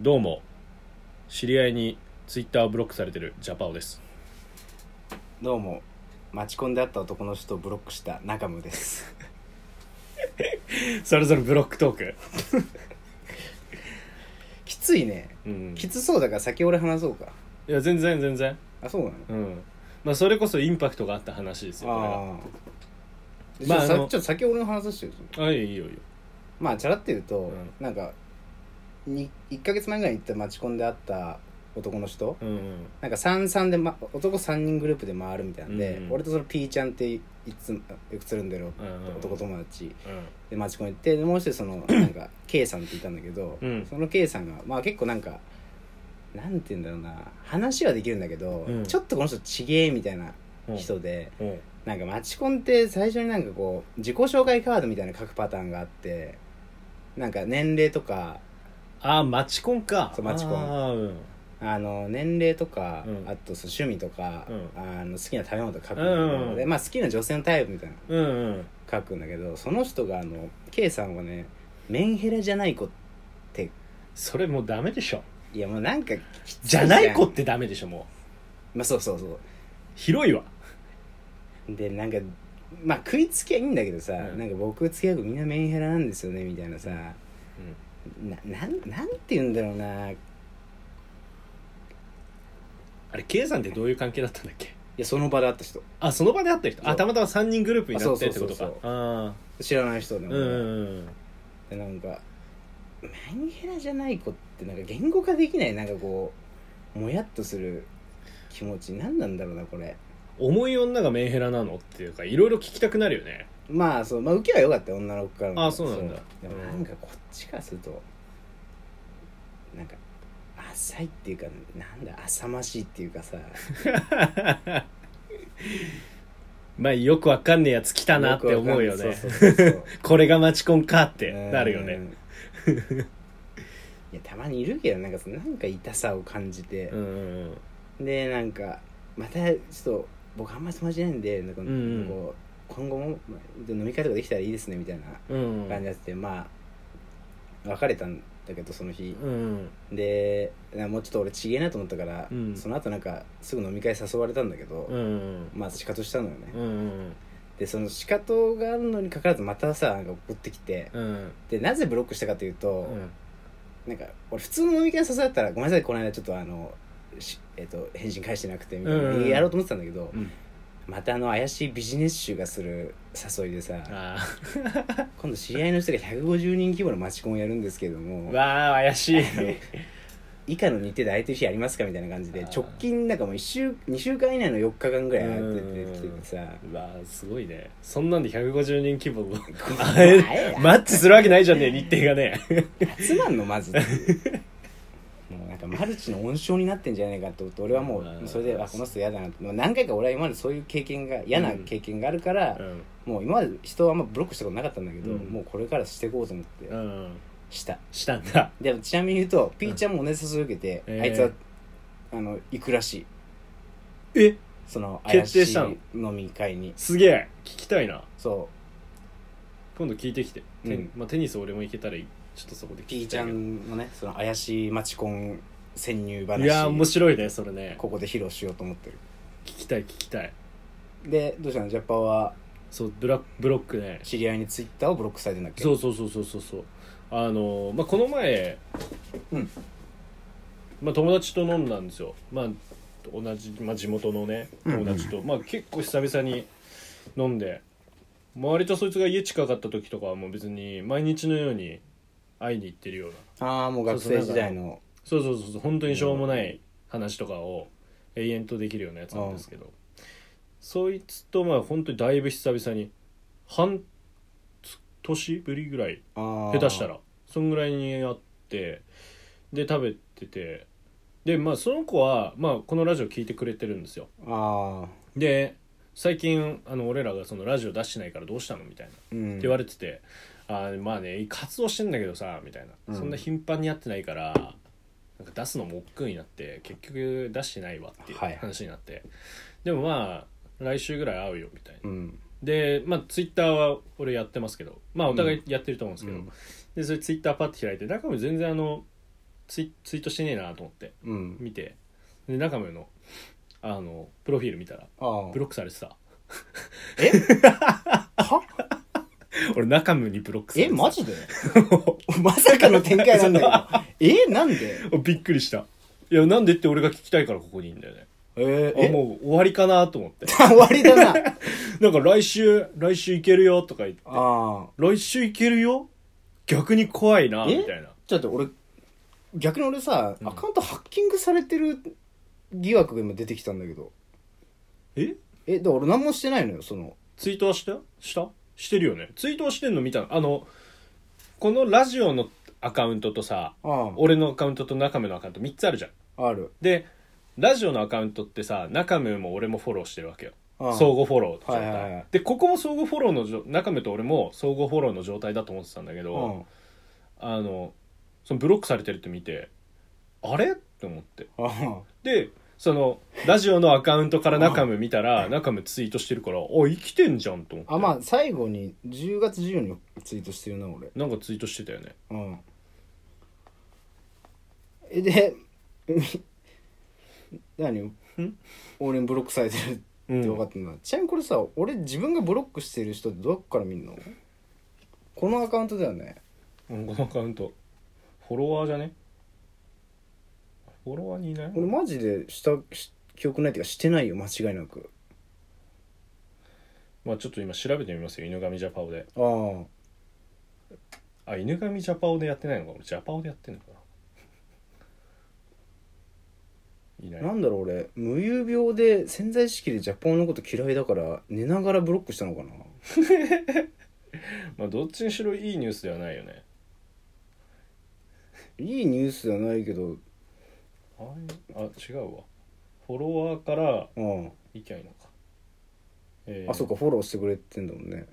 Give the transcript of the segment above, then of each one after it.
どうも知り合いにツイッターをブロックされてるジャパオですどうも待ち込んであった男の人をブロックした中ムですそれぞれブロックトーク きついねうんきつそうだから先俺話そうかいや全然全然あそうなのうんまあそれこそインパクトがあった話ですよこれああまあまあちあょのっと先俺の話をしてよがあいいよいいよまあチャラって言うと、うんなんかに1か月前ぐらいに行った待ち込んであった男の人うんうんなんか33で、ま、男3人グループで回るみたいなんで、うん俺とその P ちゃんっていつもよくつるんでるうんうん男友達、うんで町コン行ってでもう一人 そのなんか K さんっていたんだけど、うんその K さんがまあ結構なんかなんて言うんだろうな話はできるんだけど、うんちょっとこの人ちげえみたいなうん人で、うんなんか町コンって最初になんかこう自己紹介カードみたいなの書くパターンがあってなんか年齢とかああマチコンかそうマチコンあーうんあの年齢とか、うんあとそう趣味とか、うあの好きな食べ物とか書くうんうんうんで、まあ、好きな女性のタイプみたいなのうんうん書くんだけどその人があの K さんはねメンヘラじゃない子ってそれもうダメでしょいやもうなんかじゃない子っこてダメでしょもまあそうそうそう広いわうでなんかまあ食いつきはいいんだけどさ、うんなんか僕付き合う子みんなメンヘラなんですよねみたいなさななんなんて言うんだろうなあれ K さんってどういう関係だったんだっけいやその場で会った人あその場で会った人そあうたまたま3人グループになってってことあそうそうかそうそあ知らない人であも、うんうんうんでなんかメンヘラじゃない子ってなんか言語化できないなんかこうもやっとする気持ち何なんだろうなこれ重い女がメンヘラなのっていうかいろいろ聞きたくなるよねまあそうまあ受けは良かったよ女の子からもあそうなんだでもなんかこっちからするとなんか浅いっていうかなんだ浅ましいっていうかさまあよくわかんねえやつ来たなって思うよねくわかんないそうそうそうそうこれがマチコンかってうん なるよねいやたまにいるけどなんかそのなんか痛さを感じてう、んうんでなんかまたちょっと僕あんま友達いないんでなんかこんう、うん今後もまあ飲み会とかできたらいいですねみたいなうんうん感じになってて、まあ別れたんだけどその日、うんでなんかもうちょっと俺ちげえなと思ったから、うんその後なんかすぐ飲み会誘われたんだけど、うんうんまあ仕方したのよね、うんうんでその仕方があるのにかかわらずまたさなんか送ってきてうんうんでなぜブロックしたかといううと、んなんか俺普通の飲み会誘われたらごめんなさいこの間ちょっとあの、しえっと返信返してなくてみたいな、うんやろうと思ってたんだけど、うんまたあの怪しいビジネス集がする誘いでさあ今度知り合いの人が150人規模のマチコンをやるんですけれどあもわあ怪しい以下の日程で空いてる日ありますかみたいな感じであー直近なんかもう1週2週間以内の4日間ぐらい空いてきてうんてさわあすごいねそんなんで150人規模のあ会れえマッチするわけないじゃんね日程がね集まんのまずもうなんかマルチの温床になってんじゃないかと思って俺はもあうーそれであこの人嫌だなってもう何回か俺は今までそういう経験が嫌な経験があるから、うんもう今まで人はあんまブロックしたことなかったんだけど、うんもうこれからしていこうと思ってうんした、したんだでもちなみに言うとピーちゃんも同じ誘い受けて、うんあいつはえ、あの行くらしいえその怪決し定いしたの飲み会にすげえ聞きたいなそう今度聞いてきて、テうんまあ、テニス俺も行けたらいいちょっとそこで聞ピーきちたゃいけどんのねその怪しいマチコン潜入話いやー面白いねそれねここで披露しようと思ってる聞きたい聞きたいでどうしたのジャパはそうブラブロックね知り合いにツイッターをブロックされてんだっけそうそうそうそうそうそうあのーまあこの前、うんまあ、友達と飲んだんですよまあ同じ、まあ、地元のねうんうん友達と、まあ結構久々に飲んで割とそいつが家近かった時とかはもう別に毎日のように会いに行ってるようなああもう学生時代のそうそうそうそう本当にしょうもない話とかを永遠とできるようなやつなんですけど、そいつとまあ本当にだいぶ久々に半年ぶりぐらい下下手したらそんぐらいに会ってで食べててでまあその子は、まあ、このラジオ聞いてくれてるんですよああで最近あの俺らがそのラジオ出してないからどうしたのみたいなうんって言われてて「あーまあね活動してんだけどさ」みたいな、うんそんな頻繁にやってないからなんか出すのも億劫になって結局出してないわっていうはい話になって、でもまあ来週ぐらい会うよみたいな、うんでまあツイッターは俺やってますけどまあお互いやってると思うんですけど、うんでそれツイッターパッて開いて中身全然あのツイツイートしてねえなと思ってうん見てで中村のあのプロフィール見たらああブロックされてた えは俺中村にブロックされえてたマジで まさかの展開なんだけどえなんでびっくりしたいやなんでって俺が聞きたいからここにいんだよねえあもう終わりかなと思って 終わり だななんか来週来週行けるよとか言ってああ来週行けるよ逆に怖いなえみたいなちょっと俺逆に俺さ、うんアカウントハッキングされてる疑惑が今出てきたんだけどええだから俺何もしてないのよそのツイートはしたしたしてるよねツイートはしてんの見たのあのこのラジオのアカウントとさあ俺のアカウントと中村のアカウント3つあるじゃんああるでラジオのアカウントってさ中村も俺もフォローしてるわけよああ相互フォローって状態、はいはいはいでここも相互フォローのじょ中村と俺も相互フォローの状態だと思ってたんだけうど、んあのそのブロックされてるって見てあれって思ってあでそのラジオのアカウントから中村見たら中村ツイートしてるからあ生きてんじゃんと思ってあまあ最後に10月14日にツイートしてるな俺なんかツイートしてたよねうんえで 何俺にブロックされてるって分かったんだ、ちなみにこれさ俺自分がブロックしてる人ってどこから見るのこのアカウントだよねうんこのアカウントフォロワーじゃねフォロワーにいない俺マジでしたし記憶ないっていうかしてないよ間違いなくまあちょっと今調べてみますよ犬神ジャパオであああ犬神ジャパオでやってないのか俺ジャパオでやってんのかないないなんだろう俺無遊病で潜在意識でジャパンのこと嫌いだから寝ながらブロックしたのかなまあどっちにしろいいニュースではないよねいいニュースではないけどああ違うわフォロワーからあいきゃいいのかえああそうかかフォローしてくれてんだもんね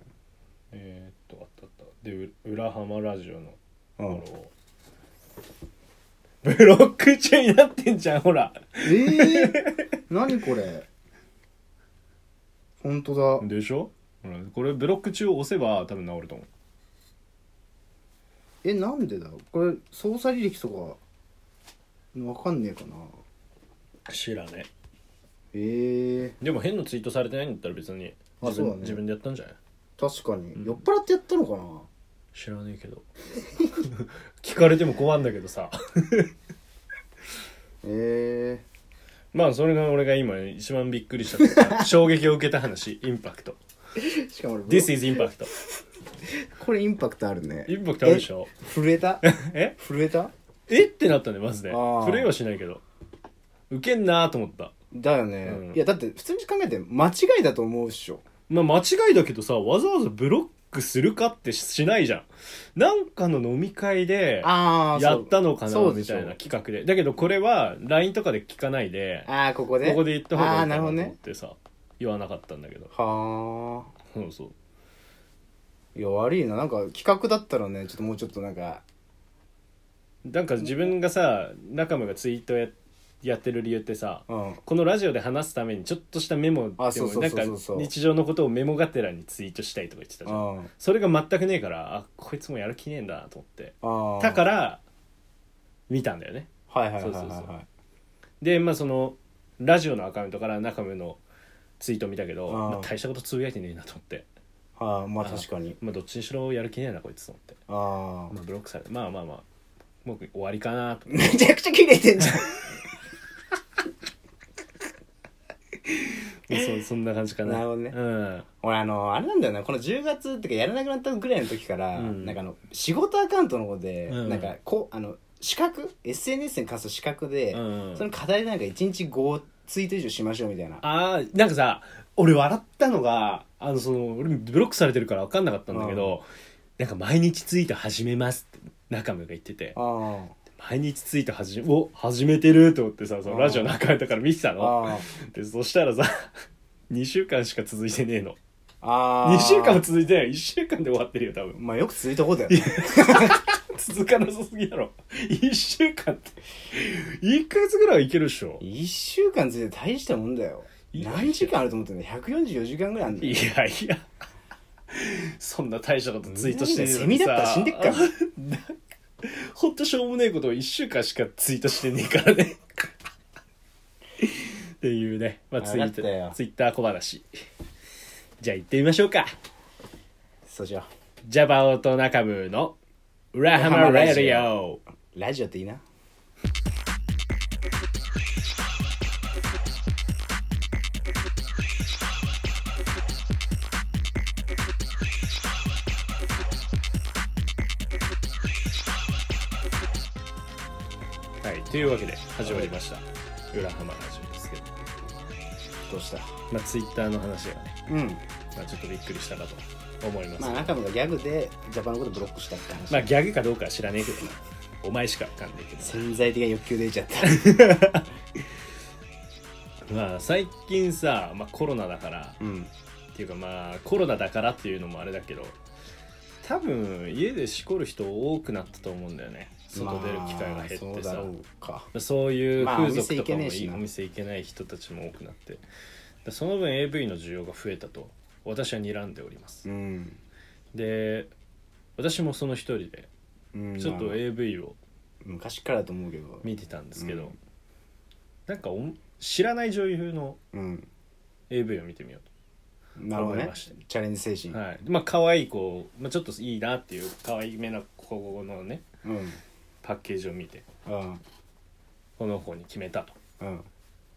えーっとあったあったでう裏浜ラジオのフあォロあー ブロック中になってんじゃんほらええー、 何これ本当だでしょほらこれブロック中を押せば多分治ると思うえなんでだこれ操作履歴とか分かんねえかな知らねええでも変なツイートされてないんだったら別にあ自そう分,、だね自分でやったんじゃない確かに、うん酔っ払ってやったのかな知らねえけど 聞かれても怖いんだけどさえまあそれが俺が今一番びっくりしたと いうか衝撃を受けた話インパクトえしかも俺 This is インパクトこれインパクトあるねインパクトあるでしょ震えたえ震えたえってなったねまずねあー震えはしないけどウケんなーと思っただよね、うんいやだって普通に考えて間違いだと思うっしょまあ間違いだけどさわざわざブロックするかってしないじゃんなんかの飲み会でああやったのかなそうでみしょたいな企画でだけどこれは LINE とかで聞かないでこああここでこで言った方あがあいいなかるなと思ほどっねてさ言わなかったんだけどはあそうそういや悪いななんか企画だったらねちょっともうちょっとなんかなんか自分がさ中村がツイートややってる理由ってさうんこのラジオで話すためにちょっとしたメモでもあそうそうなそんうかそうそう日常のことをメモがてらにツイートしたいとか言ってたじゃんあそれが全くねえからあこいつもやる気ねえんだなと思ってあだからら見たんだよねはいはいはいはいそうそうはいでまあそのラジオのアカウントから中村のツイート見たけどあーまあ、大したことつぶやいてねえなと思って、ああまあ確かにまあ、どっちにしろやる気ねえなこいつと思って、ああまあ、ブロックされてまあまあまあもう終わりかな と思ってめちゃくちゃ切れてんじゃんそう そんな感じかななるほどねうん俺あのあれなんだよなこの10月ってかやらなくなったぐらいの時から、うんなんかあの仕事アカウントの方で、うんなんかこうあの資格 SNS に関する資格で、うんその課題でなんか1日5ツイート以上しましょうみたいなああなんかさ俺笑ったのがあのその俺ブロックされてるから分かんなかったんだけど、なんか毎日ツイート始めますって中村が言っててあー毎日ツイート始めお始めてると思ってさそのラジオのアカウントから見てたのあーでそしたらさ2週間しか続いてねえのあ2週間もも続いてない1週間で終わってるよ多分まあよく続いた方だよね続かなさすぎだろ1週間って1ヶ月ぐらい はいけるでしょ1週間続いて大したもんだよいや何時間あると思ってんの144時間ぐらいあるんだいよやいやそんな大したことツイートしてセミだったら死んでっからなんかほんとしょうもねえことを1週間しかツイートしてねえからねっていうね、まあ、ツイーわかったよトツイッター小話じゃあ行ってみましょうかそうしよジャバオとナカムーの裏浜ラジオうラジオっていいなはいというわけで始まりました裏浜ラジオですけど、どうしたまあ、ツイッターの話がね、うんまあ、ちょっとびっくりしたかと思います、まあ中村がギャグでジャパンのことブロックしたって話、まあギャグかどうかは知らねえけどなお前しかわかんないけど潜在的な欲求出ちゃったまあ最近さ、まあ、コロナだからうんって いうかまあコロナだからっていうのもあれだけど多分家でしこる人多くなったと思うんだよね外出る機会が減まあっそうてださ、ろうかそういうまあ風俗とかもいい、お店行けねえしなお店行けない人たちも多くなってでその分 AV の需要が増えたと私は睨んでおります、うん、で私もその一人でうん、ちょっまとあ AV を昔からだと思うけど見てたんですけど、うんなんかお知らない女優のうん AV を見てみようとなるほど思いねましたチャレンジ精神、はい、まあ可愛い子、まあ、ちょっといいなっていう可愛いめな子のねうんパッケージを見てうんこの子に決めたとうん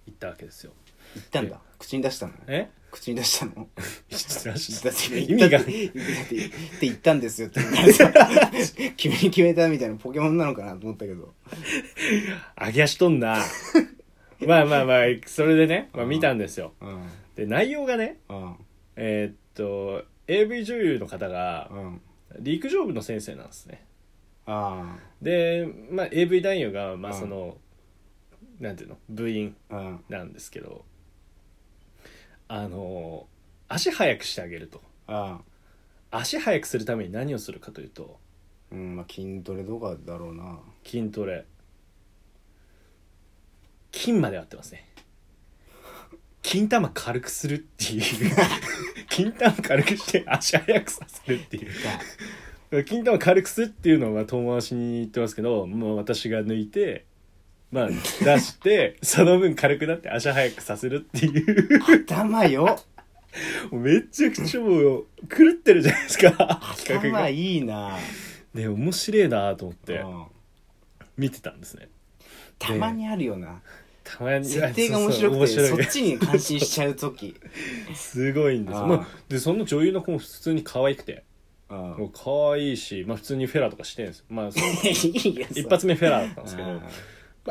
言ったわけですよ言ったんだ口に出したの え口に出したのだって意味がだってだってって言ったんですよって言ったらさ 君に決めたみたいなポケモンなのかなと思ったけど揚げ足とんな まあまあまあそれでね、まあ、うん見たんですようんで内容がねうんえーっと AV 女優の方がうん陸上部の先生なんですねあで、まあ、AV 男優がまあうんその、なんていうの部員あうんなんですけどあの足速くしてあげるとああ足速くするために何をするかというとうんまあ筋トレとかだろうな筋トレ筋まで合ってますね金玉軽くするって いう金玉軽くして足速くさせるっていう金玉軽くするっていうのは遠回しに言ってますけどもう私が抜いてまあ出して その分軽くなって足速くさせるっていう 頭よもうめちゃくちゃもう狂ってるじゃないです か企画頭がいいなで面白いなと思ってうん見てたんですねたまにあるよなたまに設定が面白くてそうそう面白いそっちに感心しちゃう時すごいんですあよ、ーまあ、でその女優の子も普通に可愛くてうん もう可愛いし、まあ、普通にフェラーとかしてるんですよ、ま あ、そのいいよ一発目フェラーだったんですけど、まあ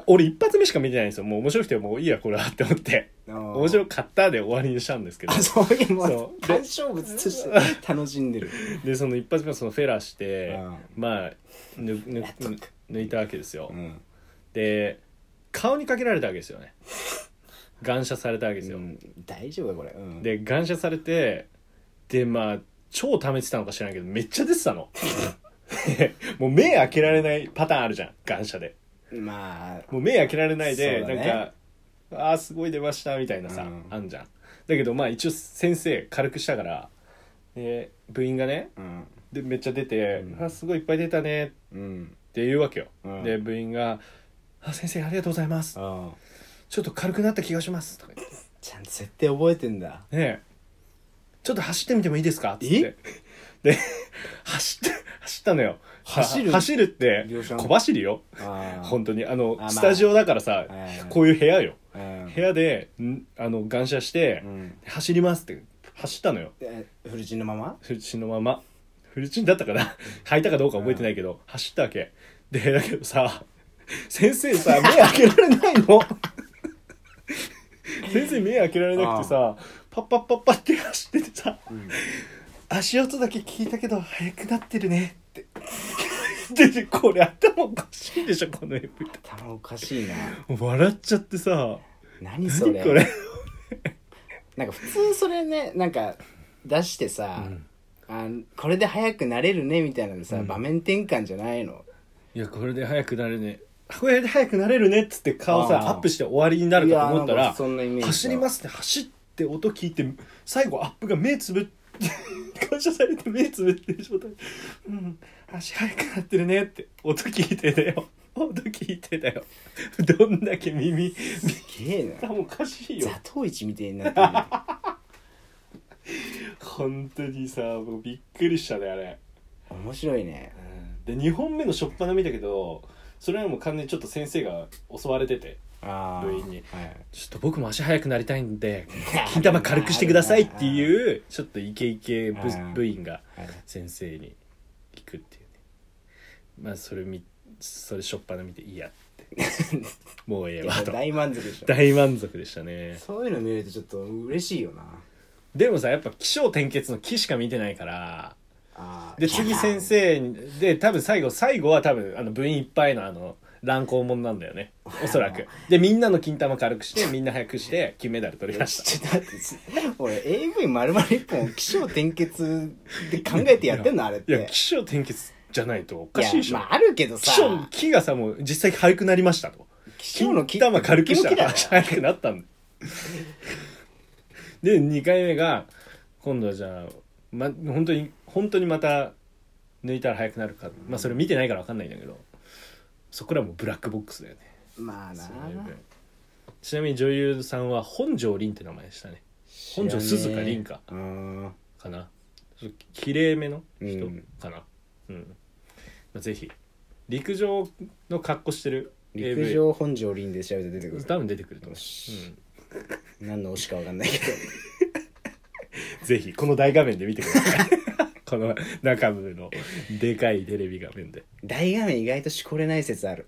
俺一発目しか見てないんですよもう面白くてもういいやこれはって思って面面白かったで終わりにしたんですけどあそういうもそううで鑑賞物として楽しんでるでその一発目はそのフェラーしてまあぬぬやっとく抜いたわけですようんで顔にかけられたわけですよね感射されたわけですよ、うん大丈夫だこれうんで感謝されてでまあ超溜めてたのか知らないけどめっちゃ出てた のもう目開けられないパターンあるじゃん感謝でまあもう目開けられないで、そうだねなんかああすごい出ましたみたいなさ、うんあんじゃんだけどまあ一応先生軽くしたからで部員がねうんでめっちゃ出て、うんあーすごいいっぱい出たねっうんて言うわけよ、うんで部員が「あ先生ありがとうございますあちょっと軽くなった気がします」とか言ってちゃんと設定覚えてんだねえちょっと走ってみてもいいですかっつってで 走って走ったのよ走るは走るって両者小走りよあ本当にあのあまあスタジオだからさはいこういう部屋よ当うん部屋でんあの感謝してうん走りますって走ったのよえフルチンのままフルチンのままフルチンだったかな履いたかどうか覚えてないけど走ったわけでだけどさ先生さ目開けられない の先生目開けられなくてさパッパッパッパって走っててさ うん足音だけ聞いたけど速くなってるねってででこれ頭おかしいでしょこの AV 頭おかしいな笑っちゃってさ何そ何れこれなんか普通それねなんか出してさ、うんあこれで早くなれるねみたいなのさ、うん場面転換じゃないのいやこれで早くなれるねこれで早くなれるねっつって顔さあーアップして終わりになるかと思ったいやなんらかそんなイメージだ走りますって走って音聞いて最後アップが目つぶって 感謝されて目つぶってる状態うん足速くなってるねって音聞いてだよ音聞いてだよどんだけ耳すげえながおかし いよ座頭市みたいになってるよ本当にさもうびっくりしたねあれ面白いねで2本目の初っ端見たけどそれはもう完全にちょっと先生が襲われててああ部員にはい「ちょっと僕も足速くなりたいんで金玉軽くしてください」っていうちょっとイケイケ部部員がはい先生に聞くっていうねまあそれみそれ初っ端見て「いや」って 「もうええわ」と大満足でしょ大満足でしたねそういうの見れるとちょっと嬉しいよなでもさやっぱ起承転結の「起」しか見てないからあーで次先生にで多分最後最後は多分あの部員いっぱいのあの乱行もんなんだよ ねおそらくでみんなの金玉軽くしてみんな早くして金メダル取りましたちょっと待ってす俺 AV 丸々一本起承転結で考えてやってんのあれっいてや起承転結じゃないとおかしいでしょやまああるけど起さ承木がさもう実際早くなりましたと起承金の木玉軽くしたムキムキだらよ早くな ったんだで2回目が今度はじゃあ、ま、本当に本当にまた抜いたら早くなるかまあそれ見てないから分かんないんだけどそこらもうブラックボックスだよねまあなちなみに女優さんは本庄凛って名前でしたね 本庄鈴鹿凛かうーんかなちょっと綺麗めの人うんかなうん、まあ、ぜひ陸上の格好してる AV 陸上本上凛で調べて出てくる多分出てくると思しう、何の推しかわかんないけど うん、ぜひこの大画面で見てくださいこの中部のでかいテレビ画面で大画面意外としこれない説ある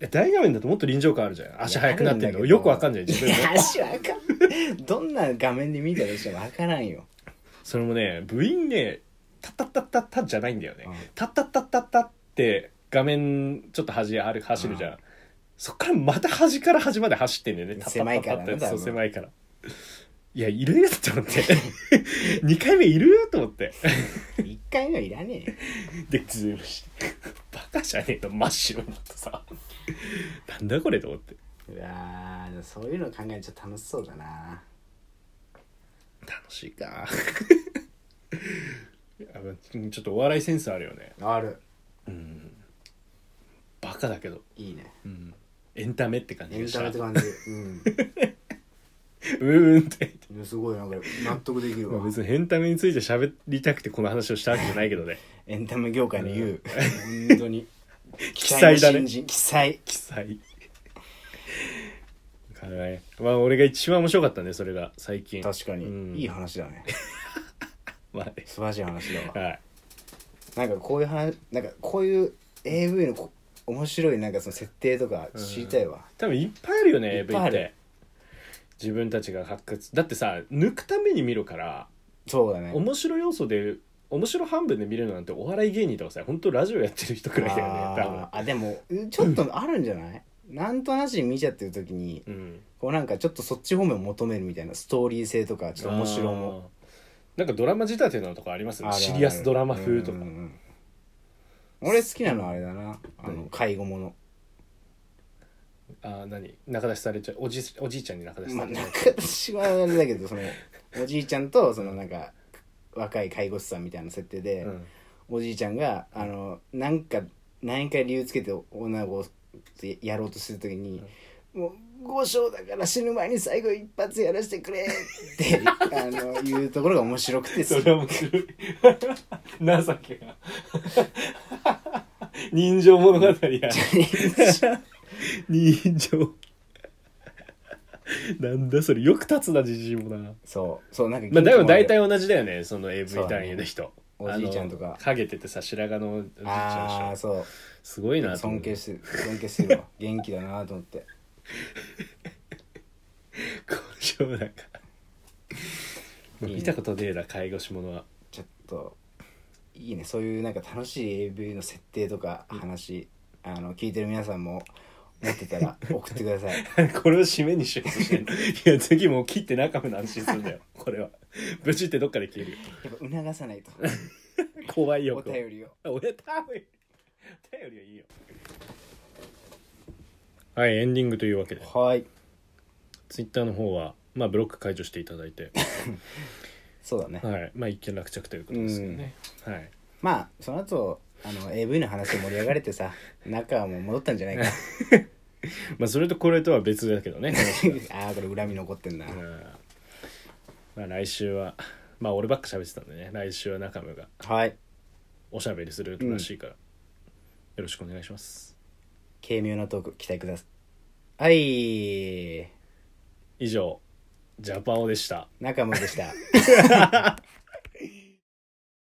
え大画面だともっと臨場感あるじゃん足速くなってるいのやよくわかんない自分いもや足わかんどんな画面で見たとしてもわからんよそれもね部員ねタッタッタッタッタッじゃないんだよね、うんタッタッタッタッタッって画面ちょっと端ある走るじゃん、そっからまた端から端まで走ってんだよねタッタッタッタッタッ狭いからねってそう多分狭いからいやいるよと思って2回目いるよと思って一回のいらねえよでズームして バカじゃねえの真っ白になってさなんだこれと思ってうわーでもそういうの考えると楽しそうだな楽しいか いやちょっとお笑いセンスあるよねあるうんバカだけどいいねうんエンタメって感じエでンしたタメって感じ うんうんうんっていやすごいなんか納得できるまあわ別にエンタメについて喋りたくてこの話をしたわけじゃないけど ねエンタメ業界の言う本当に 奇才だね奇才記載 だからねまあ俺が一番面白かったねそれが最近確かに、うんいい話だねまあね素晴らしい話だ わはいなんかこういう話なんかこういう AV のこ面白いなんかその設定とか知りたいわ、多分いっぱいあるよねいっ AV ぱいっあるて自分たちが発掘だってさ抜くために見るからそうだね面白要素で面白半分で見れるのなんてお笑い芸人とかさ本当ラジオやってる人くらいだよね多分あーあでもちょっとあるんじゃない、 なんとなしに見ちゃってる時にうんこうなんかちょっとそっち方面を求めるみたいなストーリー性とかちょっと面白あもーなんかドラマ仕立てのとかありますあるあるシリアスドラマ風とうかんうんうん俺好きなのはあれだなあの介護ものあー何仲出しされちゃうおじおじいちゃんに仲出しまさあれちゃなんうか、私はあれだけどそのおじいちゃんとそのなんか若い介護士さんみたいな設定で、うんおじいちゃんがあのなんか何か理由つけて女の子をやろうとするときに「もう五章だから死ぬ前に最後一発やらせてくれ」ってあの言うところが面白く てそ好れは面 白い情けが人情物語や 人 情なんだそれよく立つなじじいもなきそうそうなんかまあでも大体同じだよねその AV そうだね単位の人おじいちゃんとかあのげててさ白髪のおじいちゃんああでーしょそうすごいなと思う尊敬する尊敬す るわ元気だなと思って交渉なんかいいね 見たことねえな介護士もの はちょっといいねそういうなんか楽しい AV の設定とか話、あの聞いてる皆さんも持ってたら送ってくださいこれを締めにしようとしてるいや次もう切って中身の話するん だよこれは無事ってどっかで消えるよやっぱ促さないと怖いよお便りを。お便りお便りはいいよはいエンディングというわけではい。ツイッターの方はまあブロック解除していただいてそうだね、はいまあ一件落着ということですけどね、はいまあその後あの AV の話で盛り上がれてさ 仲はもう戻ったんじゃないかまあそれとこれとは別だけどねああこれ恨み残ってんな、うんまあ来週はまあ俺ばっか喋ってたんでね来週は中村がはいおしゃべりするらしいから、よろしくお願いします軽妙なトーク期待くださいはい以上ジャパオでした中村でした